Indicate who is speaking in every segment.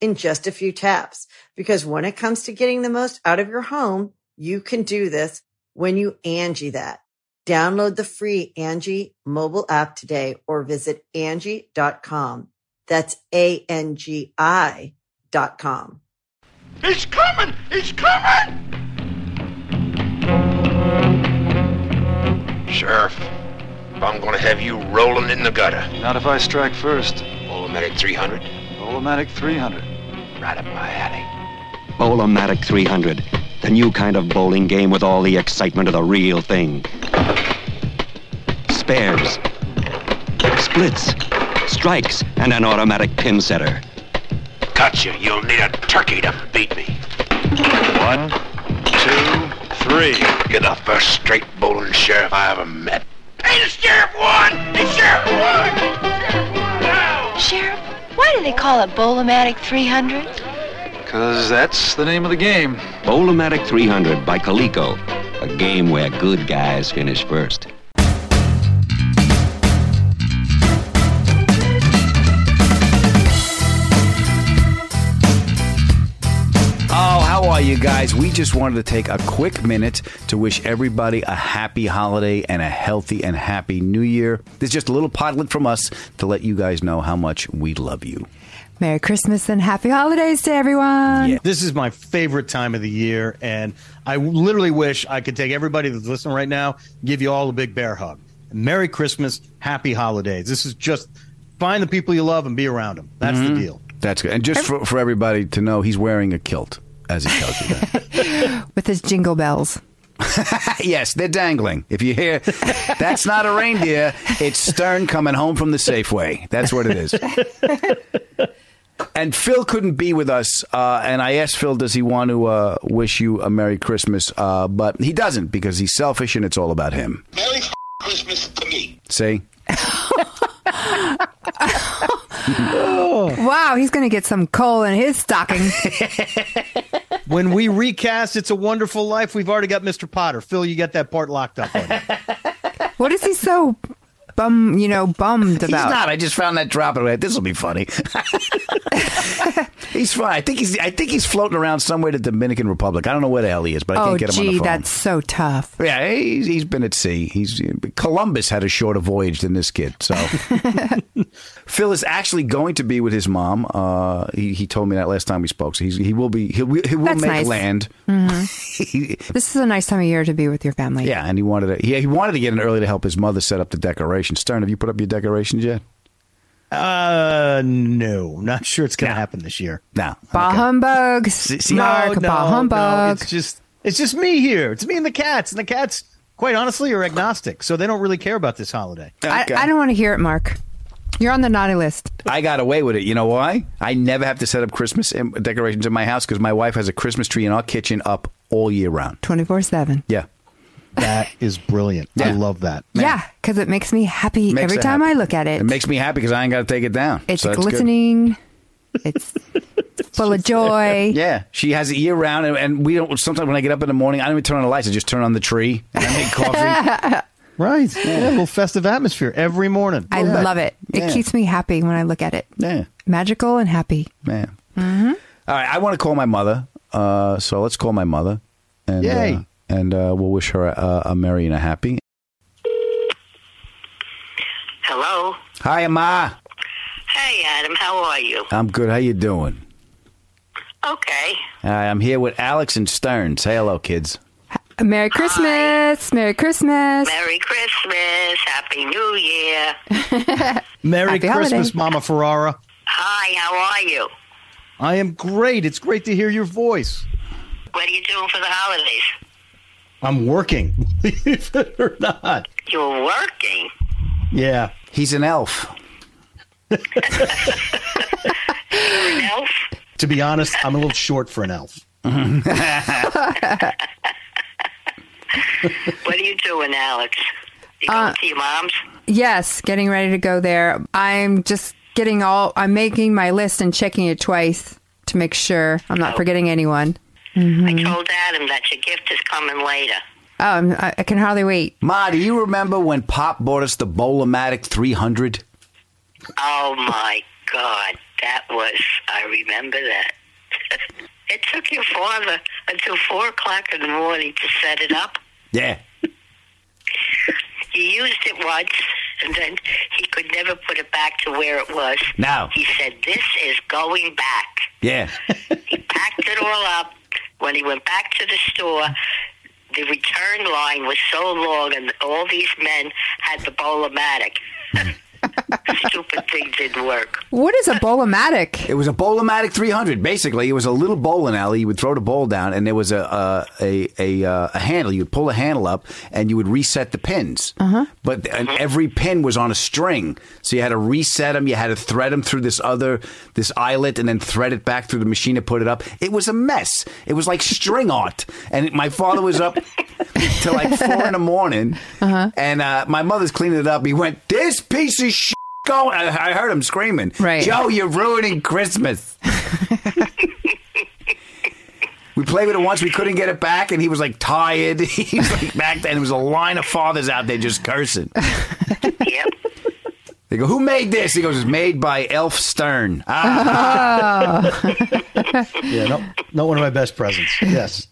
Speaker 1: in just a few taps. Because when it comes to getting the most out of your home, you can do this when you Angie that. Download the free Angie mobile app today or visit Angie.com. That's A-N-G-I dot com.
Speaker 2: He's coming! He's coming!
Speaker 3: Sheriff, I'm gonna have you rolling in the gutter.
Speaker 4: Not if I strike first.
Speaker 3: Automatic 300,
Speaker 4: Automatic 300.
Speaker 3: right up my alley.
Speaker 5: Bowlomatic 300, the new kind of bowling game with all the excitement of the real thing. Spares, splits, strikes, and an automatic pin setter.
Speaker 3: Cut you. You'll need a turkey to beat me.
Speaker 4: One, two, three.
Speaker 3: You're the first straight bowling sheriff I ever met. Hey, the sheriff won! The sheriff won! Now!
Speaker 6: Sheriff, why do they call it Bolomatic 300?
Speaker 4: Because that's the name of the game.
Speaker 5: Bowlomatic 300 by Coleco, a game where good guys finish first.
Speaker 7: Oh, how are you guys? We just wanted to take a quick minute to wish everybody a happy holiday and a healthy and happy new year. This is just a little podlet from us to let you guys know how much we love you.
Speaker 8: Merry Christmas and happy holidays to everyone.
Speaker 7: Yeah.
Speaker 9: This is my favorite time of the year, and I literally wish I could take everybody that's listening right now, give you all a big bear hug. Merry Christmas, happy holidays. This is just find the people you love and be around them. That's the deal.
Speaker 7: That's good. And just for, for everybody to know, he's wearing a kilt as he tells you that.
Speaker 8: With his jingle bells.
Speaker 7: yes, they're dangling. If you hear, that's not a reindeer. It's Stern coming home from the Safeway. That's what it is. And Phil couldn't be with us, uh, and I asked Phil, does he want to uh, wish you a Merry Christmas? Uh, but he doesn't because he's selfish and it's all about him.
Speaker 2: Merry f- Christmas to me.
Speaker 7: See?
Speaker 8: Wow, he's going to get some coal in his stocking.
Speaker 9: When we recast It's a Wonderful Life, we've already got Mr. Potter. Phil, you got that part locked up on you.
Speaker 8: what is he so bum, you know, bummed
Speaker 7: He's
Speaker 8: about?
Speaker 7: not. I just found that drop and I went, this will be funny. he's fine. I think he's. I think he's floating around somewhere to Dominican Republic. I don't know where the hell he is, but I
Speaker 8: oh,
Speaker 7: can't get him on the
Speaker 8: gee,
Speaker 7: phone.
Speaker 8: that's so tough.
Speaker 7: Yeah, he's, he's been at sea. He's Columbus had a shorter voyage than this kid. So Phil is actually going to be with his mom. Uh, he, he told me that last time we spoke. So he's, he will be. He'll, he will
Speaker 8: That's
Speaker 7: make
Speaker 8: nice. Mm.
Speaker 7: land. He-
Speaker 8: This is a nice time of year to be with your family.
Speaker 7: yeah, and he wanted to. Yeah, he wanted to get in early to help his mother set up the decorations. Stern, have you put up your decorations yet?
Speaker 9: Uh, no, not sure it's going to happen this year.
Speaker 7: No.
Speaker 8: Bah humbug.
Speaker 7: see-
Speaker 8: Mark, bah humbug.
Speaker 9: it's just it's just me here. It's me and the cats, and the cats, quite honestly, are agnostic, so they don't really care about this holiday.
Speaker 7: Okay.
Speaker 8: I, I don't want to hear it, Mark. You're on the naughty list.
Speaker 7: I got away with it. You know why? I never have to set up Christmas in- decorations in my house because my wife has a Christmas tree in our kitchen up all year round.
Speaker 8: 24 7.
Speaker 7: Yeah.
Speaker 9: That is brilliant. I
Speaker 7: Yeah.
Speaker 9: love that.
Speaker 8: Yeah, because it makes me happy
Speaker 7: Makes
Speaker 8: every
Speaker 7: her
Speaker 8: time
Speaker 7: happy.
Speaker 8: I look at it.
Speaker 7: It makes me happy because I ain't got to take it down.
Speaker 8: it's
Speaker 7: So good.
Speaker 8: glistening, it's full of joy.
Speaker 7: Yeah, she has it year round, and, and we don't. Sometimes when I get up in the morning, I don't even turn on the lights. I just turn on the tree and I make coffee.
Speaker 9: Right. Yeah, a little festive atmosphere every morning.
Speaker 8: I love it.
Speaker 7: Yeah.
Speaker 8: It keeps me happy when I look at it.
Speaker 7: yeah,
Speaker 8: Magical and happy.
Speaker 7: man.
Speaker 8: Mm-hmm.
Speaker 7: All right, I want to call my mother. Uh, so let's call my mother. And,
Speaker 9: Yay.
Speaker 7: uh, and uh, we'll wish her a, a merry and a happy.
Speaker 10: Hello.
Speaker 7: Hi, Ma.
Speaker 10: Hey, Adam. How are you?
Speaker 7: I'm good. How you doing?
Speaker 10: Okay.
Speaker 7: All right, I'm here with Alex and Stern. Say hello, kids.
Speaker 8: Merry Christmas. Merry Christmas.
Speaker 10: Merry Christmas. Happy New Year.
Speaker 9: Merry
Speaker 8: Happy holiday.
Speaker 9: Christmas, Mama Ferrara.
Speaker 10: Hi, how are you?
Speaker 9: I am great. It's great to hear your voice.
Speaker 10: What are you doing for the holidays?
Speaker 9: I'm working, believe it or not.
Speaker 10: You're working.
Speaker 9: Yeah.
Speaker 7: He's an elf.
Speaker 10: An elf?
Speaker 9: To be honest, I'm a little short for an elf.
Speaker 10: What are you doing, Alex? You going to your mom's?
Speaker 8: Yes, getting ready to go there. I'm just getting all, I'm making my list and checking it twice to make sure I'm not forgetting anyone.
Speaker 10: Oh.
Speaker 8: Mm-hmm.
Speaker 10: I told Adam that your gift is coming later.
Speaker 8: Oh, I'm, I, I can hardly wait.
Speaker 7: Ma, do you remember when Pop bought us the Bolomatic 300?
Speaker 10: Oh, my God. That was, I remember that. it took your father until 4 o'clock in the morning to set it up.
Speaker 7: Yeah.
Speaker 10: He used it once, and then he could never put it back to where it was.
Speaker 7: No.
Speaker 10: He said, This is going back.
Speaker 7: Yeah.
Speaker 10: He packed it all up. When he went back to the store, the return line was so long, and all these men had the Bolomatic. Stupid thing didn't work.
Speaker 8: What is a bolomatic?
Speaker 7: It was a Bolomatic 300. Basically, it was a little bowling alley. You would throw the bowl down, and there was a a a, a, uh, a handle. You'd pull the handle up, and you would reset the pins. Uh-huh. But and every pin was on a string, so you had to reset them. You had to thread them through this other this eyelet, and then thread it back through the machine to put it up. It was a mess. It was like string art. And my father was up till like four in the morning, and uh, my mother's cleaning it up. He went, "This piece of shit." Go! I I heard him screaming.
Speaker 8: Right.
Speaker 7: Joe, Oh, you're ruining Christmas. we played with it once. We couldn't get it back, and he was like tired. he was like back then. There was a line of fathers out there just cursing.
Speaker 10: Yep.
Speaker 7: They go, "Who made this?" He goes, "It's made by Elf Stern." Ah,
Speaker 9: Yeah, no, not one of my best presents. Yes.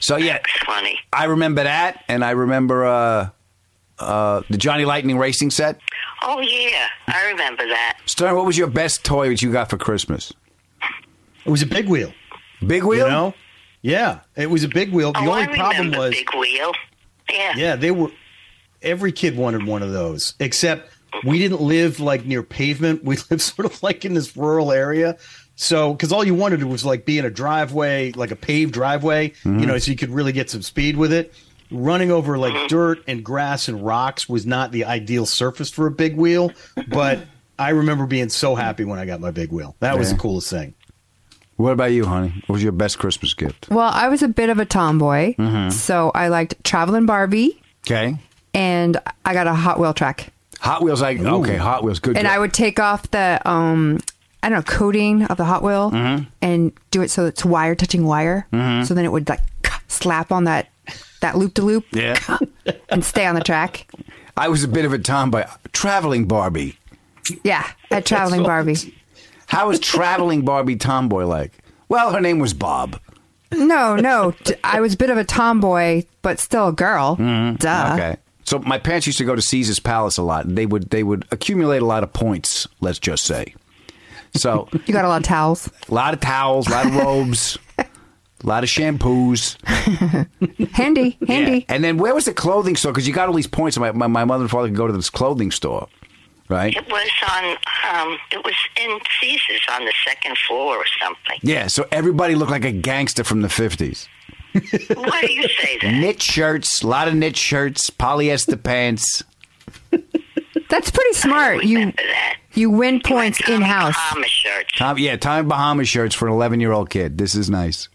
Speaker 7: so yeah,
Speaker 10: It's funny.
Speaker 7: I remember that, and I remember uh, uh, the Johnny Lightning racing set.
Speaker 10: Oh, yeah. I remember that.
Speaker 7: Stern, what was your best toy that you got for Christmas?
Speaker 9: It was a big wheel.
Speaker 7: Big wheel.
Speaker 9: You know? Yeah, it was a big wheel. The
Speaker 10: oh,
Speaker 9: only
Speaker 10: I
Speaker 9: problem
Speaker 10: remember
Speaker 9: was,
Speaker 10: Big Wheel. Yeah.
Speaker 9: yeah, they were. Every kid wanted one of those, except we didn't live like near pavement. We lived sort of like in this rural area. So, because all you wanted was like be in a driveway, like a paved driveway, you
Speaker 7: Mm-hmm.
Speaker 9: know, so you could really get some speed with it. Running over
Speaker 10: Mm-hmm.
Speaker 9: like dirt and grass and rocks was not the ideal surface for a big wheel, but I remember being so happy when I got my big wheel. That was
Speaker 7: Yeah.
Speaker 9: the coolest thing.
Speaker 7: What about you, honey? What was your best Christmas gift?
Speaker 8: Well, I was a bit of a tomboy, so I liked Traveling Barbie,
Speaker 7: Okay.
Speaker 8: and I got a Hot Wheel track.
Speaker 7: Hot Wheels, like okay, Hot Wheels, good.
Speaker 8: and
Speaker 7: job.
Speaker 8: I would take off the um I don't know coating of the Hot Wheel
Speaker 7: Mm-hmm.
Speaker 8: and do it so it's wire touching wire. So then it would like slap on that that loop to loop
Speaker 7: Yeah.
Speaker 8: and stay on the track.
Speaker 7: I was a bit of a tomboy. Traveling Barbie.
Speaker 8: Yeah, at traveling Barbie.
Speaker 7: How was traveling Barbie tomboy like? Well, her name was Bob.
Speaker 8: No, no, t- I was a bit of a tomboy, but still a girl. Duh.
Speaker 7: Mm-hmm. Okay. So my parents used to go to Caesar's Palace a lot. They would they would accumulate a lot of points. Let's just say. So
Speaker 8: You got a lot of towels.
Speaker 7: a lot of towels, a lot of robes, a lot of shampoos.
Speaker 8: Handy, handy.
Speaker 7: And then where was the clothing store? Because you got all these points. My, my my mother and father could go to this clothing store, right?
Speaker 10: It was on, um, it was in Caesars on the second floor or something.
Speaker 7: Yeah. So everybody looked like a gangster from the fifties.
Speaker 10: Why do you say that?
Speaker 7: Knit shirts, a lot of knit shirts, polyester pants.
Speaker 8: That's pretty smart. You
Speaker 10: Remember that.
Speaker 8: you win points
Speaker 10: Tommy
Speaker 8: in house.
Speaker 10: Bahama shirts.
Speaker 7: Tom, yeah, Tommy Bahama shirts for an 11 year old kid. This is nice.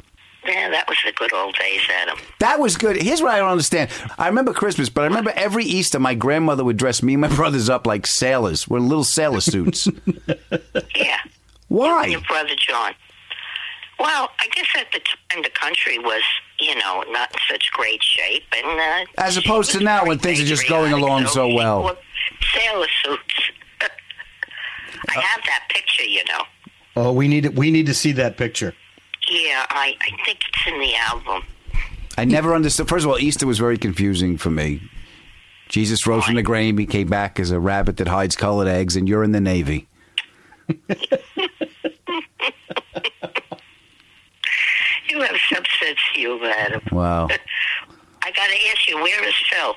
Speaker 10: Yeah, that was the good old days, Adam.
Speaker 7: That was good. Here's what I don't understand. I remember Christmas, but I remember every Easter, my grandmother would dress me and my brothers up like sailors. We're little sailor suits.
Speaker 10: Yeah.
Speaker 7: Why?
Speaker 10: Your brother John. Well, I guess at the time the country was, you know, not in such great shape, and uh,
Speaker 7: As opposed to now when things are just going along so well.
Speaker 10: Sailor suits. I have that picture, you know.
Speaker 9: Oh, we need we need to see that picture.
Speaker 10: Yeah, I, I think it's in the album.
Speaker 7: I never understood. First of all, Easter was very confusing for me. Jesus rose from the grave, he came back as a rabbit that hides colored eggs, and you're in the Navy.
Speaker 10: do have some sense to you, madam.
Speaker 7: Wow.
Speaker 10: I got to ask you, where is Phil?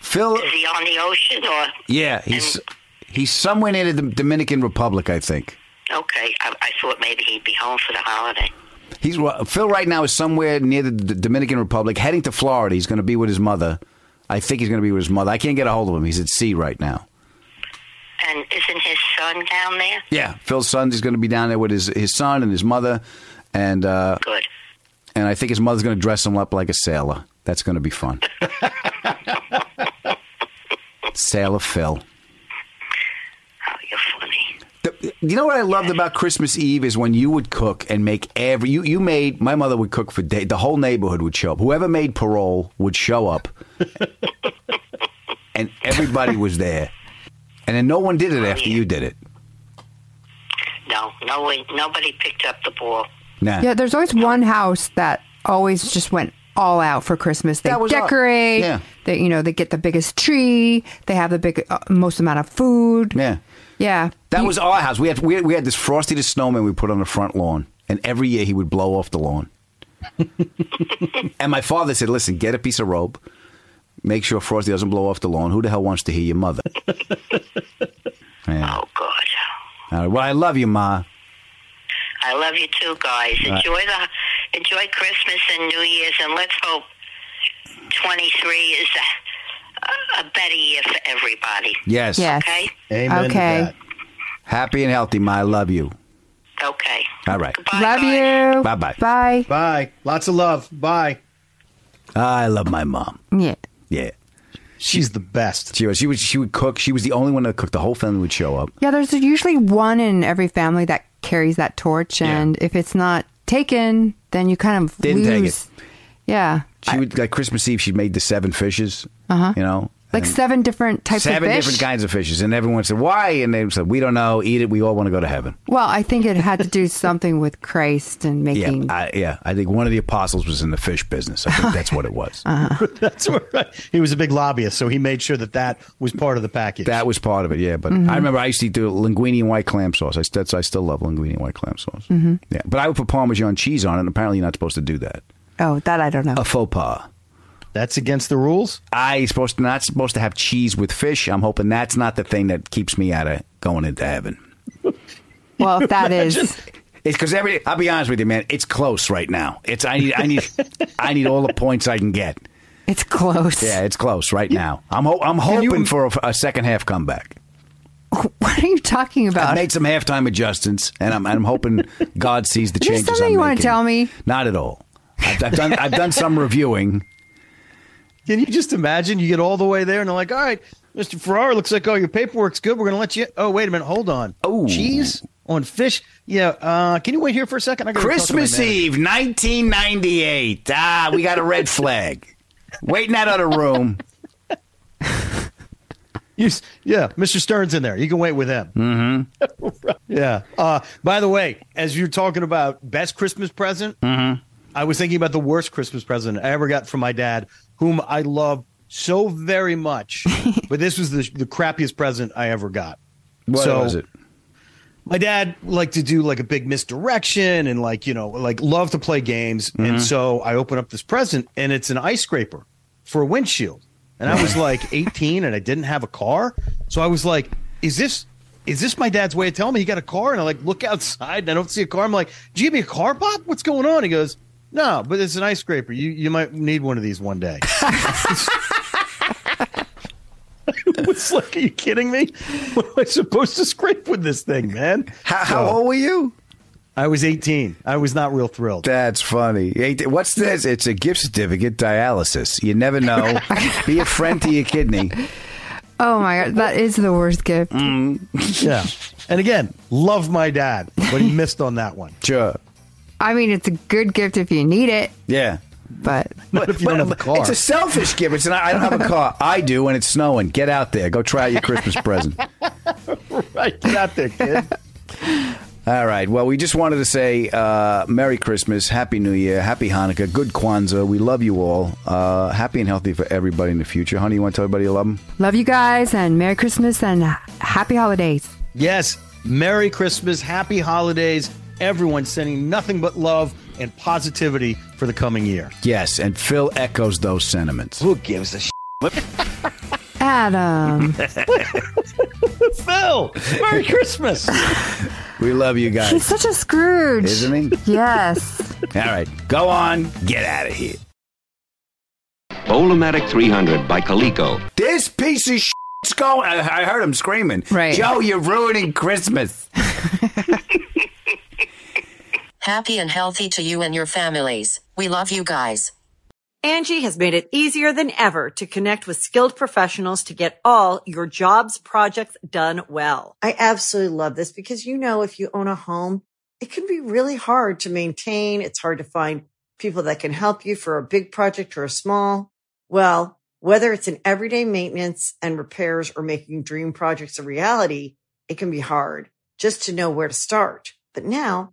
Speaker 7: Phil,
Speaker 10: Is he on the ocean or?
Speaker 7: yeah, he's he's somewhere near the Dominican Republic, I think.
Speaker 10: Okay, I, I thought maybe he'd be home for the holiday.
Speaker 7: He's well, Phil right now is somewhere near the D- Dominican Republic, heading to Florida. He's going to be with his mother. I think he's going to be with his mother. I can't get a hold of him. He's at sea right now.
Speaker 10: And isn't his son down there?
Speaker 7: Yeah, Phil's son is going to be down there with his his son and his mother, and uh,
Speaker 10: good.
Speaker 7: And I think his mother's going to dress him up like a sailor. That's going to be fun. sailor Phil. The- You know what I loved about Christmas Eve is when you would cook and make every you you made my mother would cook for day, the whole neighborhood would show up. Whoever made parole would show up, and everybody was there. And then no one did it after you did it.
Speaker 10: No, no one, nobody picked up the ball.
Speaker 7: Nah.
Speaker 8: Yeah, there's always one house that always just went all out for Christmas. They
Speaker 10: That was all-
Speaker 8: decorate.
Speaker 10: yeah.
Speaker 8: They, you know, they get the biggest tree. They have the big uh, most amount of food.
Speaker 7: Yeah.
Speaker 8: Yeah.
Speaker 7: That was our house. We had we had, we had this Frosty the Snowman we put on the front lawn, and every year he would blow off the lawn. and my father said, "Listen, get a piece of rope, make sure Frosty doesn't blow off the lawn. Who the hell wants to hear your mother?" Oh
Speaker 10: God.
Speaker 7: All right. Well, I love you, Ma.
Speaker 10: I love you too, guys.
Speaker 7: All right.
Speaker 10: Enjoy the enjoy Christmas and New Year's, and let's hope twenty three is a, a better year for everybody.
Speaker 7: Yes.
Speaker 10: Okay.
Speaker 7: Happy and healthy, Ma. I love you.
Speaker 10: Okay.
Speaker 7: All right.
Speaker 8: Love you.
Speaker 7: Bye bye.
Speaker 8: Bye.
Speaker 9: Bye. Lots of love. Bye.
Speaker 7: I love my mom.
Speaker 8: Yeah.
Speaker 7: Yeah.
Speaker 9: She's the best.
Speaker 7: She was. She was. She would cook. She was the only one that cooked. The whole family would show up.
Speaker 8: Yeah, there's usually one in every family that carries that torch, and if it's not taken, then you kind of
Speaker 7: Didn't take
Speaker 8: lose.
Speaker 7: it.
Speaker 8: Yeah,
Speaker 7: She would like Christmas Eve. She made the seven fishes.
Speaker 8: Uh-huh.
Speaker 7: You know,
Speaker 8: like
Speaker 7: and-
Speaker 8: seven different types
Speaker 7: Um, seven
Speaker 8: of fish.
Speaker 7: different kinds of fishes, and everyone said why, and they said we don't know. Eat it. We all want to go to heaven.
Speaker 8: Well, I think it had to do something with Christ and
Speaker 7: Yeah,
Speaker 8: making.
Speaker 7: I, yeah. I think one of the apostles was in the fish business. I think that's what it was.
Speaker 9: That's right. He was a big lobbyist, so he made sure that that was part of the package.
Speaker 7: That was part of it. Yeah, but
Speaker 9: Mhm.
Speaker 7: I remember I used to do linguine and white clam sauce. I, that's, I still love linguine and white clam sauce.
Speaker 8: Mhm.
Speaker 7: Yeah, but I would put Parmesan cheese on it, and apparently you're not supposed to do that.
Speaker 8: Oh, that I don't know.
Speaker 7: A faux pas.
Speaker 9: That's against the rules.
Speaker 7: I supposed to, not supposed to have cheese with fish. I'm hoping that's not the thing that keeps me out of going into heaven.
Speaker 8: Well, if that is,
Speaker 7: It's because every. I'll be honest with you, man. It's close right now. It's I need I need I need all the points I can get.
Speaker 8: It's close.
Speaker 7: Yeah, it's close right now. I'm ho- I'm hoping for a, a second half comeback.
Speaker 8: what are you talking
Speaker 7: I
Speaker 8: about?
Speaker 7: made some halftime adjustments, and I'm I'm hoping God sees the
Speaker 8: Is there
Speaker 7: changes.
Speaker 8: something
Speaker 7: I'm
Speaker 8: you wanna
Speaker 7: making.
Speaker 8: tell me?
Speaker 7: Not at all. I've, I've done I've done some reviewing.
Speaker 9: Can you just imagine? You get all the way there, and they're like, "All right, Mr. Ferrara, looks like all your paperwork's good. We're going to let you." Oh, wait a minute, hold on. Oh, cheese on fish. Yeah, uh, can you wait here for a second? I gotta talk to my
Speaker 7: Christmas
Speaker 9: manager.
Speaker 7: Eve, 1998. Ah, we got a red flag. Waiting out of the room.
Speaker 9: You, s- yeah, Mr. Stern's in there. You can wait with him. Mm-hmm. yeah. Uh, by the way, as you're talking about best Christmas present,
Speaker 7: Mm-hmm.
Speaker 9: I was thinking about the worst Christmas present I ever got from my dad, whom I love so very much. but this was the, the crappiest present I ever got.
Speaker 7: What
Speaker 9: So-
Speaker 7: was it?
Speaker 9: my dad liked to do like a big misdirection and like you know like love to play games and so i open up this present and it's an ice scraper for a windshield and i was like 18 and i didn't have a car so i was like is this is this my dad's way of telling me he got a car and i like look outside and i don't see a car i'm like do you give me a car pop what's going on he goes no but it's an ice scraper you you might need one of these one day it was like, are you kidding me? What am I supposed to scrape with this thing, man?
Speaker 7: How, how old were you?
Speaker 9: I was 18. I was not real thrilled.
Speaker 7: That's funny. Hey, th- What's this? It's a gift certificate dialysis. You never know. Be a friend to your kidney.
Speaker 8: Oh my god, that is the worst gift.
Speaker 7: Mm.
Speaker 9: Yeah. And again, love my dad, but he missed on that one.
Speaker 7: Sure.
Speaker 8: I mean, it's a good gift if you need it,
Speaker 7: Yeah.
Speaker 8: but
Speaker 9: But if you don't have a car,
Speaker 7: It's a selfish gift. It's an, I don't have a car. I do, and it's snowing. Get out there. Go try out your Christmas present.
Speaker 9: right? Get out there, kid.
Speaker 7: All right. Well, we just wanted to say uh, Merry Christmas, Happy New Year, Happy Hanukkah, Good Kwanzaa. We love you all. Uh, happy and healthy for everybody in the future. Honey, you want to tell everybody you love them?
Speaker 8: love you guys and Merry Christmas and Happy Holidays.
Speaker 9: Yes. Merry Christmas. Happy holidays. Everyone sending nothing but love. and positivity for the coming year.
Speaker 7: Yes, and Phil echoes those sentiments. Who gives a shit?
Speaker 8: Adam.
Speaker 9: Phil, Merry Christmas.
Speaker 7: we love you guys.
Speaker 8: He's such a Scrooge.
Speaker 7: Isn't he?
Speaker 8: Yes.
Speaker 7: All right, go on. Get out of here.
Speaker 5: Bolomatic 300 by Coleco.
Speaker 7: This piece of shit's going. I I heard him screaming.
Speaker 5: Right.
Speaker 7: Joe, you're ruining Christmas.
Speaker 11: Happy and healthy to you and your families. We love you guys.
Speaker 1: Angie has made it easier than ever to connect with skilled professionals to get all your jobs projects done well. I absolutely love this because, you know, if you own a home, it can be really hard to maintain. It's hard to find people that can help you for a big project or a small. Well, whether it's in everyday maintenance and repairs or making dream projects a reality, it can be hard just to know where to start. But now